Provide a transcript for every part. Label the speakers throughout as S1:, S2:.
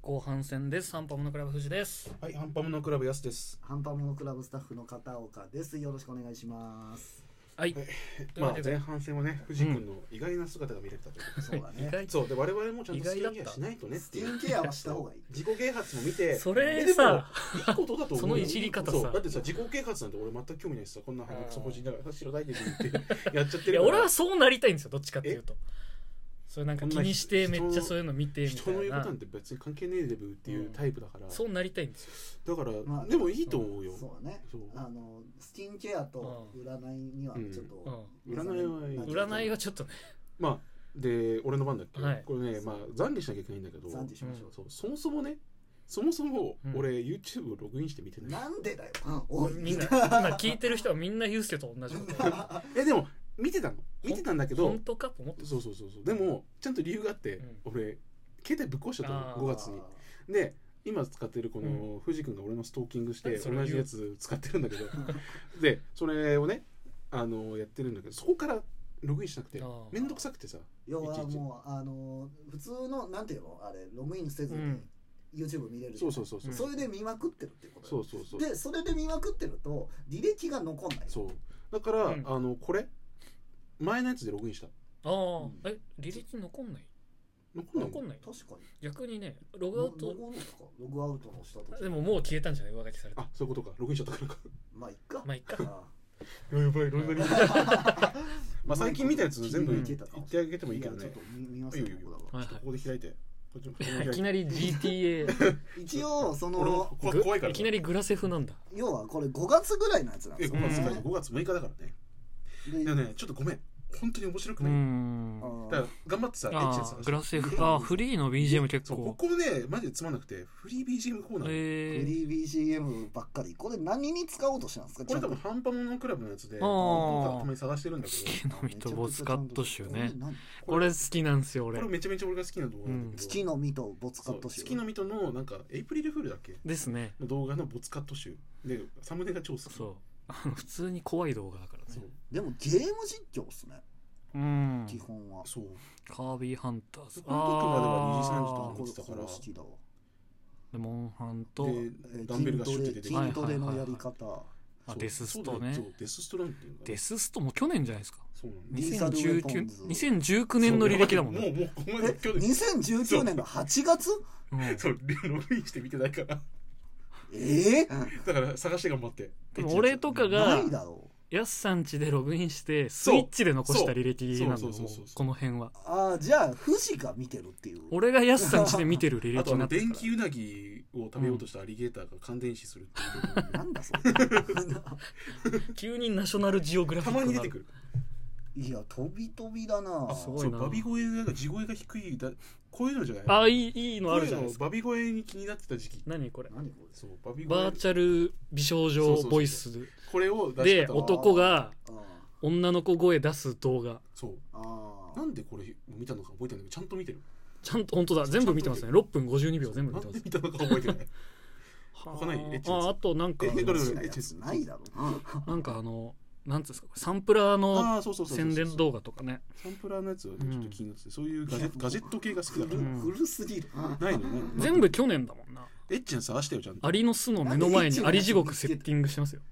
S1: 後半戦です。サンパモノクラブ藤です。
S2: はい、ハンパムのクラブやすです。
S3: ハンパモノクラブスタッフの片岡です。よろしくお願いします。
S1: はい。
S2: ま
S1: と
S2: あ
S1: いうわけで
S2: 前半戦はね、藤君の意外な姿が見れたということで
S3: そうだ
S1: 意
S3: ね。
S1: 外
S2: そうで我々もちゃんとスキ
S1: 意外
S2: ン
S1: だ
S2: ケ
S1: っ
S2: ア
S1: た
S2: しないとねっ
S3: ス
S2: てい
S3: キ
S2: う。
S3: ンケアはした方がいい。
S2: 自己啓発も見て、
S1: それ
S2: えでも
S1: さ
S2: いいことだと思うよ。
S1: そのいじり方さ
S2: そうだってさ、自己啓発なんて俺全く興味ないしさ、こんな鼻くそ個人だからさ、知らないでしょってやっちゃって
S1: い
S2: る
S1: や
S2: から。
S1: 俺はそうなりたいんですよどっちかっていうとそれなんか気にして
S2: こんな
S1: め
S2: 人
S1: っちゃそういうの見てみた
S2: 人の
S1: い
S2: 言うこと
S1: な
S2: なんて別に関係ねえでぶっていうタイプだから。
S1: そうなりたいんですよ
S2: だから、
S3: まあ
S2: でもいいと思うよ。
S3: そうだね。
S2: そう
S3: あのスキンケアと占いにはちょっと、
S2: うんうん占いはいい
S1: 占いはちょっとね
S2: まあ、で、俺の番だっけ、
S1: はい
S2: これね、まあ、懺悔しなきゃいけないんだけど、
S3: 暫定しましょう。
S2: そうそもそもね、そもそも
S1: うん
S2: 俺 YouTube をログインして見てない。
S3: なんでだよ。うんおい
S1: みんな今聞いてる人はみんなユうスケと同じことを
S2: えでも見てたの見てたんだけど
S1: 本当かと思って
S2: そうそうそうそうでもちゃんと理由があって、
S1: うん
S2: 俺携帯ぶっ壊しちゃった
S1: あー
S2: の5月にで今使ってるこの藤君が俺のストーキングし
S1: なん
S2: て
S1: でそれ言
S2: 同
S1: う
S2: じやつ使ってるんだ けどでそれをねあのやってるんだけどそこからログインしなくて
S1: あー
S2: 面倒くさくてさ
S3: 要はい
S2: ちいち
S3: もうあの普通のなんていうのあれログインせず
S1: う
S3: に
S1: ん
S3: YouTube 見れるじ
S2: そ
S3: ゃ。
S2: うんそうそうそう、
S1: ん
S3: それで見まくってるってことだ
S2: そ
S3: よ
S2: うそうそう
S3: でそれで見まくってると履歴が残んない。
S2: そうだから、
S1: うん
S2: あのこれ前のやつでログインした
S1: ああえ履歴残んない
S2: 残んない
S1: 残んない
S3: 確かに。
S1: 逆にねログア
S3: ロ
S1: ウ
S3: ロ
S1: ト
S3: グアウトかログアウトのした時
S1: でももう消えたんじゃない上書きされて
S2: あそういうことかログインしちゃったからか
S3: まあいっか。
S1: まあいっ か
S3: あ
S2: いややばいログインなり まあ最近見たやつ全部
S1: うん
S2: 言ってあげてもいいけど
S3: や
S2: ね
S3: ちょっと見見ます
S2: いいよいいよ
S3: ここだわ
S1: はい
S2: ちょっと
S1: は
S2: ここで開いて。こっちもここで
S1: い
S2: 開い
S1: い
S2: て
S1: きなり GTA
S3: 一応そ
S2: 俺も
S3: の
S2: こ 怖いから。
S1: いきなりグラセフなんだ
S3: 要はこれ5月ぐらいのやつなん
S2: え、
S3: ですよ、
S2: 5
S3: ね
S2: 月
S1: うん
S2: だ、5月6日だからね。
S3: で
S2: いやね、ちょっとごめん。本当に面白く
S1: う
S2: ない。
S1: ん
S3: あー
S2: だから頑張ってさ、エッ
S1: あ
S2: チで
S1: あ
S2: さ。
S1: グラセフあーフリーの BGM 結
S2: そう、こ
S1: 構
S2: こね、マジでつまんなくて、フリー BGM コーナー。
S3: フ
S1: ええ
S3: リー BCM ばっかりこれ何に使おうとしたんですか
S2: これ多
S3: ちゃん
S2: 分、ハンパモノクラブのやつで、
S1: あー
S2: 僕がたまに探してるんだけど、
S1: 月の実とボツカット集ね
S2: こ
S1: こ
S2: れ
S1: れ好きなんですよ
S2: こ
S1: 俺
S2: れめちゃめちゃ俺が好きな動画なんだけど。
S3: 月の実とボツカ
S2: そ
S3: ッ
S2: う
S3: ト集
S2: 月の水戸の、なんか、エイプリルフールだっけ
S1: ですね
S2: の動画のボツカット集。で、サムネが超好き。
S1: そうあの普通に怖い動画だから
S2: そう
S1: ね。
S3: でもゲーム実況っすね
S1: うん
S3: 基本は、
S2: そう。
S1: カービィハンターズ
S2: この時までは2時3時と
S1: あ
S2: か
S3: これ
S2: だか
S3: こ
S2: ら
S3: れ好きだわ
S1: ーモンハンと
S2: で
S3: え、ー
S2: ダンベルがシュ
S3: 筋
S2: ッて出てき
S3: トレ
S2: て
S3: 筋トレのやり 方、
S1: あ
S2: そう
S1: デススト
S2: そうだよ
S1: ね
S2: そうデスストなんていうのかな
S1: デスストも去年じゃないですか
S2: そうなんだ
S3: リーサルウェポンズ
S1: 2019 2019年の履歴だもん
S2: もう
S1: ね
S2: もうお前今日で
S3: 2019年の8月
S1: うん
S2: そうログインして見てないから
S3: ええ
S2: だから探して頑張って
S1: でも俺とか
S3: な
S1: が
S3: いだろう
S1: やすさんちでログインしてスイッチで残した履歴なんだ
S2: そう
S1: も
S2: そう
S1: う
S2: そうそうそう
S1: この辺は
S3: ああじゃあ富士が見てるっていう
S1: 俺がやすさんちで見てる履
S2: あ
S1: 歴
S2: とあ
S1: にな
S2: の
S1: ってる
S2: 電
S1: から
S2: 気うなぎを食べようとしたアリゲーターが感電死する っていう
S3: なんだそれ
S1: 急にナショナルジオグラフ
S2: た
S1: ィッ
S2: ま
S1: ク
S2: に
S1: に
S2: 出
S1: な
S2: て
S1: る
S2: くる
S3: いや飛び飛びだな
S1: あ
S3: あ
S1: すごい
S2: そう
S1: な
S2: バビ声が地声が低いだこういうのじゃない
S1: あいいいいの
S2: こ
S1: あ
S2: う
S1: る
S2: い
S1: じ
S2: う
S1: ゃない
S2: の
S1: ですか
S2: バビ声に気になってた時期
S1: 何これ
S3: 何これ
S2: そうバビ
S1: バー
S2: 声
S1: チャル美少女ボイス
S2: これを出し
S1: で
S2: 方は
S3: 音
S1: 男が
S3: あ
S1: 女の子声出す動画
S2: そう
S3: ああ
S2: なんでこれ見たのか覚えてないけどちゃんと見てる
S1: ちゃんと本当だ全部見てますね6分52秒全部
S2: な
S1: 見て
S2: ん
S1: ま
S2: です見たのか覚えてない他ないエッチなやつ
S1: あああと なんか
S2: ええどれ
S3: あ
S2: ど
S3: 好き
S2: れ
S3: な
S2: エッ
S3: や
S2: チです
S3: つないだろ
S1: なんかあのなんつうんですかこれサンプラーの
S2: ああそうそうそうそう
S1: 宣伝動画とかね
S2: サンプラーのやつはねちょっと気になってて、そういうガジェ
S3: うん
S2: ガジェット系が好きだから、
S1: うん
S3: 古すぎる
S2: ないのね
S1: 全部去年だもんな
S2: エッチな探してよちゃんと
S1: アリの巣の目の前にアリ地獄セッティングしてますよ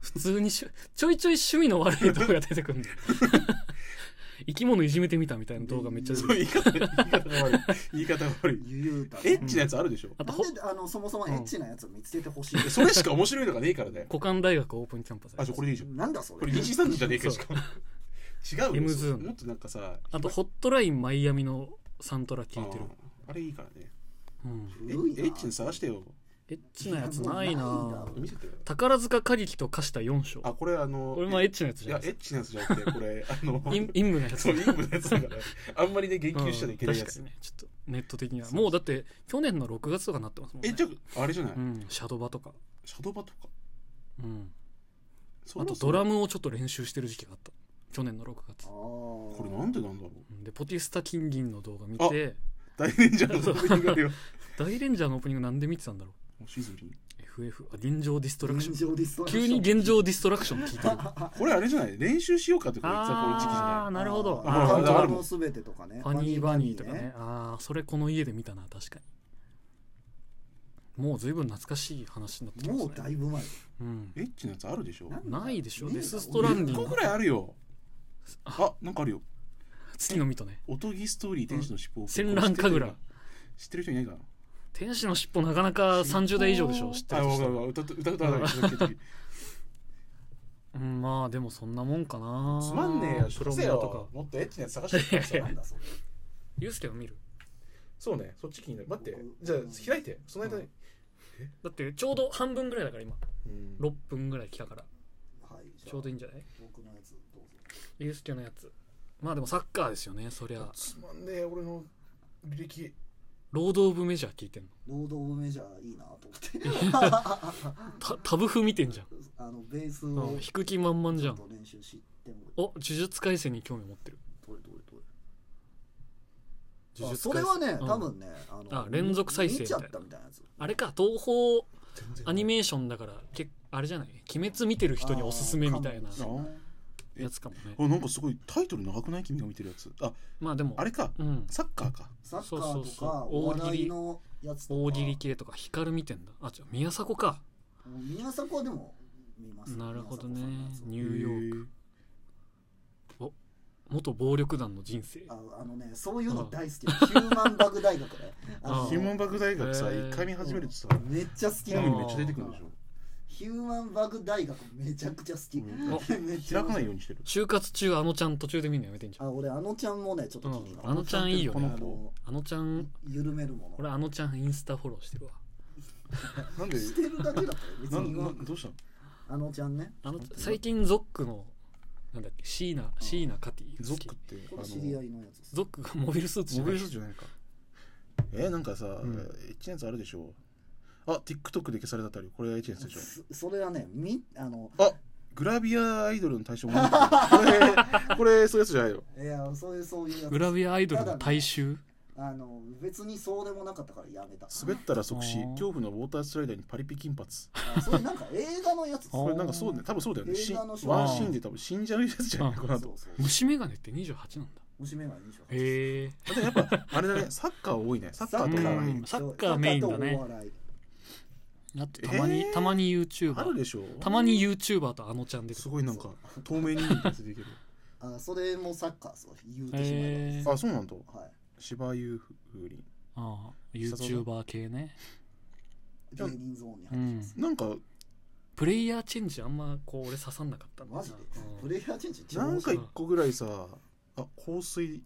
S1: 普通にしちょいちょい趣味の悪い動画出てくるん だよ生き物いじめてみたみたいな動画めっちゃ出て
S2: そ
S1: くる
S2: う言い方言い方が悪い言い方が悪い
S3: ゆゆうた
S2: エッチなやつあるでしょ、
S1: あとほ
S3: なんであのそもそもエッチなやつを見つけてほしい
S2: それしか面白いのがねえからね
S1: 股間大学オープンキャンパス
S2: あじゃあこれでいいじゃん
S3: なんだそ
S2: こ
S3: れ
S2: れ2時3時じゃねえか
S1: そ
S2: しかも違うよ
S1: M ズーン
S2: もっとなんかさ
S1: あとホットラインマイアミのサントラ聞いてる
S2: あーあれいいからね
S1: うん
S2: エ
S3: 古い
S2: ッ
S3: な
S2: エッチな探してよ
S1: エッチなやつない
S3: いやもうない
S1: な
S3: な
S2: 見せてよ
S1: 宝塚歌劇と化した4章
S2: あこれあの
S1: これまあエッチなやつ
S2: い
S1: じゃな
S2: や
S1: い
S2: エ
S1: です
S2: ッチなやつじゃなくてこ れあの
S1: か陰陰部なやつ
S2: そうイングのやつだからあんまりね言及しちゃいけないや
S1: うん確か
S2: つ、
S1: にねちょっとネット的にはもうだって去年の6月とかなってますもんね
S2: えじゃああれじゃない、
S1: うん、シャドバとか、
S2: シャドバとか
S1: うん、
S2: そ
S1: あ
S2: も
S1: と
S2: そ
S1: ド
S2: も
S1: ラムをちょっと練習してる時期があった去年の6月
S3: あー
S2: これなんでなんだろう
S1: うんでポティスタ金銀の動画見て
S2: 大レンジャーのオープニング だよ。
S1: 大レンジャーのオープニングなんで見てたんだろ
S2: シズリン
S1: う FF あ現状ディストラクショ
S3: 現
S1: ン
S3: 状ディストラクショ
S1: 急
S3: ン
S1: に現状ディストラクション聞いてる
S2: これあれじゃない練習しようかってこれ言ってたこの時期じ
S1: ああ
S2: ゃ
S1: なるほど
S2: あほら
S3: カウン
S2: あ
S3: ト
S2: る
S3: のすべてとかね
S1: ファニーバニーとかね
S3: ファニーバニーね
S1: ああそれこの家で見たな確かにもう随分懐かしい話になってきますね
S3: もうだいぶ前
S1: うん、
S2: エッチなやつあるでしょ
S3: なん
S1: ないでしょ
S3: ねえ
S1: デスストランディン
S2: 1
S1: グ
S2: 個ぐらいあるよあなんかあるよ
S1: 月の実とね
S2: おとぎストーリー天使の尻尾を
S1: 戦乱神楽
S2: 知ってる人いないかな
S1: 天使の尻尾なかなか30代以上でしょ知ってる
S2: あ
S1: 人
S2: わかるわかる歌って歌った 歌った
S1: うんまあでもそんなもんかな
S2: つまんねえよ
S1: プ
S2: プ
S1: ロ
S2: ロ
S1: モ
S2: よ
S1: とか
S2: もっとエッチなやつ探して
S1: いや
S2: よ
S3: なんだそれ
S1: ユースケは見る
S2: そうねそっち気になる待ってじゃあ開いてその間に
S1: だってちょうど半分ぐらいだから今
S2: うん
S1: 6分ぐらい来たから
S3: はいじゃあ
S1: ちょうどいいんじゃない
S3: 僕のやつどうぞ
S1: ユースケのやつまあでもサッカーですよねそりゃ
S2: つまんねえ俺の履歴
S1: ロード・オブ・メジャー聞いてんの
S3: ロード・オブ・メジャーいいなと思って
S1: タタブ譜見てんじゃん
S3: あのベース
S1: うん
S3: を
S1: 弾く気満々じ
S3: ち
S1: ゃ
S3: ょっ
S1: ん
S3: と練習しても
S1: お呪術廻戦に興味持ってる
S3: どれどれどれ
S1: 呪
S3: あ
S1: 術
S3: そ
S1: 廻
S3: れ
S1: 戦
S3: はね
S1: うん
S3: 多分ねあの
S1: あ連続再生
S3: 見ちゃったみたいなやつ
S1: あれか東宝
S2: 全然
S1: アニメーションだからけあれじゃない鬼滅見てる人におすすめみたいな
S3: あー
S2: あ
S1: やつかもね
S2: なんかすごいタイトル長くない君が見てるやつあ
S1: まあでも
S2: あれか
S1: うん
S2: サッカーか
S3: サッカ
S1: そうそう
S3: ーと
S1: そう
S3: かお笑いのやつとか
S1: 大喜利系とか光見てんだあ違う宮迫か
S3: 宮迫はでも見ます
S1: なるほどね
S3: 宮迫さんの
S1: ニ
S3: や
S1: ューヨーク
S2: ク
S1: 元暴力団の人生
S3: つああのねそういうの大好きヒューマンバグ大学ねあの
S1: うん
S2: ヒューマンバグ大学さ
S1: へー
S2: 一回見始めるとさ
S3: めっちゃ好き
S2: 本
S3: な
S1: う
S2: に
S1: ん
S3: の
S2: めっちゃ出てくるでしょ
S3: ヒューマンバグ大学めちゃくちゃ好き
S2: うん
S3: めっちゃ
S2: 開かないよう にしてる
S1: 就活中あのちゃん途中で見るのやめてんじゃん
S3: あ俺あのちゃんもねちょっと気にな
S1: あのちゃんいいよね
S3: あの
S1: あのちゃん
S3: 緩めるもの
S1: 俺あのちゃんインスタフォローしてるわ
S2: なんで
S3: してるだけだったよ別
S2: な
S3: に
S2: ん
S3: 言わ
S2: なんどうしたの
S3: あのちゃんね
S1: あの最近ゾックのなんだっけシーナシーナカティ
S2: ゾックってあ
S3: これ知り合
S2: の
S3: いのやつです
S1: ゾックがモビルスーツじゃ
S2: モ
S1: な
S2: ビ
S1: い
S2: ルスーツじゃないかえーなんかさ
S1: ん
S2: エッチなやつあるでしょあ TikTok で消されたあたりこれがエッチなやつでしょ
S3: そそれはねみあの
S2: あグラビアアイドルの対象もあるこれこれそういうやつじゃないよ
S3: いやそういうそういうやつ
S1: グラビアアイドルの大衆
S3: あの別にそうでもなかったからやめた
S2: 滑ったら即死
S1: あー
S2: 恐怖のウォータースライダーにパリピ金髪
S3: あそれなんか映画のやつです
S1: あー
S2: これなんかそうね多分そうだよねし
S3: 映
S2: ワ
S3: 画の
S2: ンシ
S3: シーン
S2: ーンで多分死んじゃうやつじゃないかな
S3: そ
S2: と
S3: うそう
S1: 虫眼鏡って28なんだ
S3: 虫眼鏡にしよう
S1: へえ
S2: あとやっぱあれだねサッカー多いねサッカーと
S1: サ
S2: か
S1: ッ
S2: は
S1: カー
S2: ね
S1: うんサッカーメインだね
S3: サッカーとお笑い
S1: あとたまに、
S2: えー
S1: たまに
S2: ある
S1: YouTuber
S2: でしょ
S1: たまに YouTuber とあのちゃん出て
S2: す
S1: くる
S2: ごいなんか透明人間ってやつできる
S3: あそれもサッカーそう言うてしまえ
S1: へえ
S2: あそうなんだ
S3: ばはい
S2: 芝優風鈴
S1: ああ YouTuber 系ね
S3: 芸人ゾーンに入ってます
S2: なんか
S1: プレイヤーチェンジあんまこう俺刺さんなかったんだよ
S3: マ
S1: な
S3: ジで
S1: うん
S3: プレイヤーチェンジ一
S2: な
S3: 番
S2: ん
S3: 面
S2: か
S3: 白い
S2: 一個ぐらいさあ香水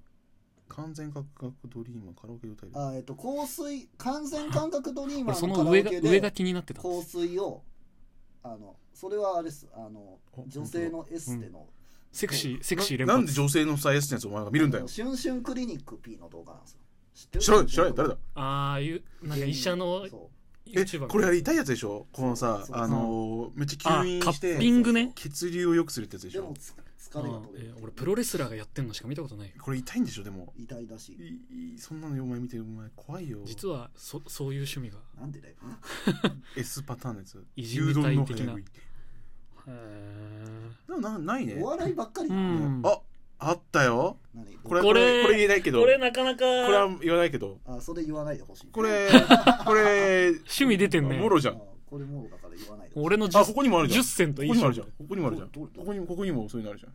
S2: 完全覚覚ドリームカラオケ歌える
S3: あえっと香水完全感覚ドリー
S1: 俺
S3: マー
S1: そ
S3: の
S1: の
S3: カラオ
S1: 上が
S3: ケ
S1: 上が
S3: で
S1: 気になってたんで
S3: 香
S1: す
S3: 水をあのそれはあれですあの
S2: お
S3: 女性のエステの
S1: セクシーセクシー連
S2: ななんで
S1: 発
S2: 女性のサイエンスのやつお前が見るんだよ
S3: シュンシュンクリニック P の動画なんですよ知ってる
S2: 知らない知らない誰だ
S1: ああいうなんか医者の
S3: そう
S2: え
S1: YouTuber
S2: これあれ痛いやつでしょこのさ
S3: そうそう
S2: あのーめっちゃ
S1: あ
S2: 吸引
S1: カ
S2: し
S1: ッ
S2: て
S1: ピングね
S2: 血流を良くするってやつでし
S3: でも
S2: ょ
S3: つ
S1: あ
S3: 疲れが
S1: あ
S3: 取れ
S1: え
S3: る
S1: 俺プロレスラーがやってんのしか見たことない
S2: これ痛いんでしょでも
S3: 偉大だし
S2: いいそんなのお前見てお前怖いよ
S1: 実はそそういう趣味が
S3: なんでだよ
S2: S パターンのやつ
S1: いじめたい的な
S2: 牛丼の早食
S1: へ
S2: い
S1: え
S2: でもなないね
S3: お笑いばっかり
S1: うん
S2: ああったよ
S3: 何
S2: これ
S1: こ
S2: こ
S1: れ
S2: れこれ言えないけど
S1: こ
S2: こ
S1: れ
S2: れ
S1: なかなか
S2: は言わないけど
S3: あそれ言わないでほしい
S2: これ これ
S1: 趣味出てんね
S2: もろじゃ
S3: あ
S2: ん
S3: これもうだから言わないでほしい
S1: 俺の
S2: あここにもあるじゃん
S1: 10銭と
S2: こ
S1: い
S2: こ
S1: い
S2: にもあ
S1: 勝
S2: る
S1: 負
S2: じゃんここにもあるじゃん
S3: どれど
S2: こ
S3: れ
S2: こにもここにもそういうのあるじゃん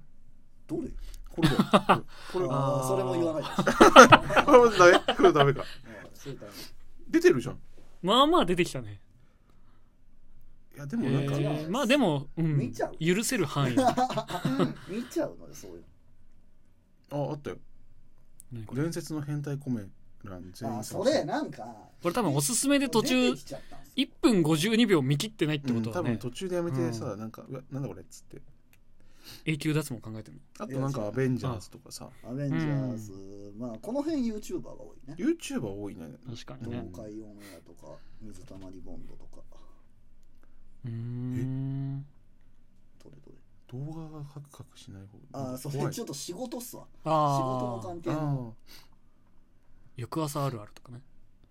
S3: ど れ
S2: これだよこれこ
S1: あー
S3: あーそれも言わないでほしい
S2: れこれダメこれダメか
S3: うんそういう感じ
S2: 出てるじゃん
S1: まあまあ出てきたね
S2: いやでもなんか、
S1: えーまあでも、うん
S3: 見ちゃう
S1: 許せる 範囲だ
S3: 見ちゃうのよそういう
S2: ああったよ
S1: 何これ
S2: 伝説の変態コメ欄全
S3: の
S2: 員
S3: あ
S2: 参
S3: そ
S2: 戦
S3: れなんか
S1: これ多分おすすめで途中
S3: 出てきちゃったんですよ
S1: 1分52秒見切ってないってこと
S2: 多
S1: は
S2: 分
S1: ね
S2: 途中でやめてさ、
S1: う
S2: なんか「うわなんだこれ」っつって
S1: 永久脱毛考えてる
S2: あとなん
S3: い
S2: か「
S3: や
S2: アベンジャーズ」とかさ
S3: アベンジャーズ、まあこの辺 YouTuber が多いね
S2: YouTuber 多いね
S1: の確か
S3: 東
S1: にね
S3: 海オンエアとか水たまりボンドとか
S1: うーん
S3: どれどれ
S2: 動画がカクカクしない方
S3: ああそれ
S2: 怖い
S3: ちょっと仕事っすわ仕事の
S1: ああ
S3: 関係の
S2: あ
S1: 翌朝あるあるとかね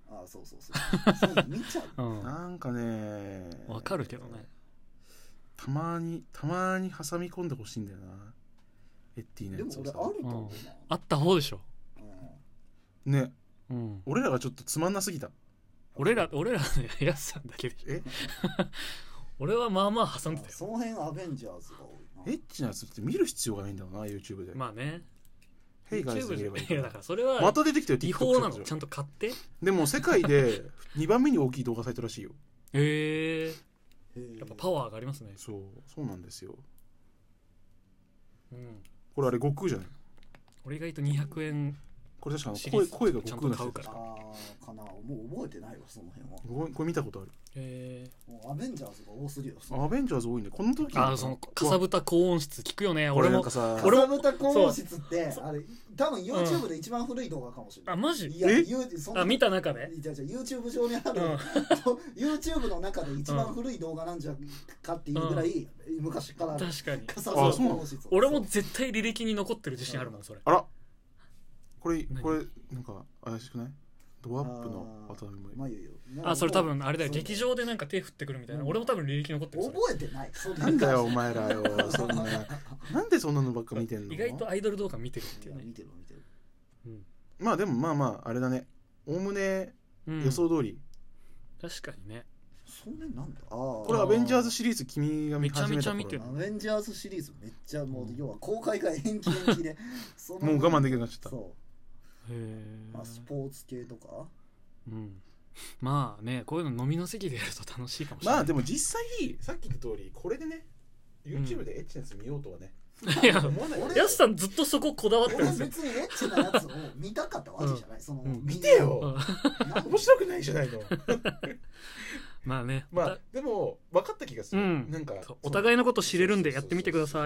S3: ああそうそうそうそういうの見ちゃう
S1: うん
S2: ーなんかね
S1: わかるけどね
S2: たまにたまに挟み込んでほしいんだよなエッティの
S3: で
S2: や
S3: も
S2: つを
S3: 俺あ
S2: さ
S3: ると思
S1: あった方でしょ
S3: うな、うん
S2: ね
S1: うん
S2: 俺らがちょっとつまんなすぎた
S1: 俺ら、俺らのやすさんだけでしょ。
S2: え
S1: 俺はまあまあ挟んでたよ。
S3: その辺アベンジャーズが多
S2: エ
S3: い
S2: ッチなやつって見る必要がないんだろうな YouTube で、
S1: まあね。
S2: ヘイガイズ
S1: YouTube
S2: で見ればいい
S1: いや、だからそれは、
S2: また出てきたよ
S1: 違法な
S2: TikTok
S1: の。
S2: で
S1: ちゃんと買って。
S2: でも世界で2番目に大きい動画サイトらしいよ
S1: へえ。
S3: な
S1: やっぱパワーがありますね。
S2: そうそうなんですよ
S1: うん。
S2: これあれ悟空じゃない
S1: 俺意外と200円。
S2: これ確か
S1: シリー
S2: 声
S1: ズ
S2: 声が悟空の
S1: ちゃんと買う
S2: 人
S1: から
S3: あーかなもう覚えてないわその辺は
S2: ごめんこれ見たことある
S1: へえ。
S3: もうアベンジャーズが多すぎるよその
S2: アベンジャーズ多いねこの時
S1: ああ、その、かさぶた高音質聞くよね。
S2: こ
S1: 俺
S2: れなん
S1: も
S2: か。さ
S1: 俺も
S3: かさぶた高音質ってあれ多分 YouTube で一番古い動画かもしれな
S1: あ、
S3: い、
S1: マジ
S3: いや
S2: え
S3: ゆうそんな
S1: あ、見た中で
S3: じゃあじゃあ YouTube 上にあ
S1: う
S3: る、
S1: ん。
S3: YouTube の中で一番古い動画なんじゃかっていうぐらい昔からある
S1: 確かに。
S3: かさぶた高音質
S1: 俺も絶対履歴に残ってる自信あるもん、それ。
S2: あらこれ
S1: 何
S2: これなんか怪しくないドアップの渡辺も
S3: まあ言うよ
S1: あ、それ多分、あれだよ。
S3: そう
S1: 劇場でなんか手振ってくるみたいな。
S3: うん
S1: 俺も多分履歴残ってる。それ
S3: 覚えてないそれ
S2: なんだよお前らよ そんななんでそんなのばっか見てんの
S1: 意外とアイドル動画見てるっ
S3: い
S1: てい
S3: や
S1: うね
S3: 見。てる見てる
S2: まあでもまあまああれだねおおむね
S1: うん
S2: 予想通り、
S1: 確かにね。
S3: それなんだああ
S2: これ
S1: は
S2: アベンジャーズシリーズ君が見始
S1: め
S2: めた頃
S1: ちゃめちゃ見てる
S3: アベンジャーズシリーズめっちゃもう、
S1: うん
S3: 要は公開が延期延期 でその
S2: もう我慢できなくなっちゃった
S3: そ
S1: へ
S3: う、
S1: え
S3: まあ、スポーツ系 とか
S1: うん。まあね、こういうの飲みの席でやると楽しいかもしれ
S2: ま
S1: ない。
S2: あでも実際さっき言った通りこれでね YouTube でエッチなやつ見ようとはね、
S1: いや、
S2: 思わないよ
S1: やすさんずっとそここだわってるん
S3: 俺
S1: ですよ。
S3: 別にエッチなやつを見たかったわけじゃない、その、
S1: うん
S2: 見てよ
S3: なん
S2: 面白くないじゃないの
S1: まあね。
S2: まあでも分かった気がする、
S1: うん
S2: なんか
S1: お互いのこと知れるんでやってみてくだ
S2: い
S1: さい。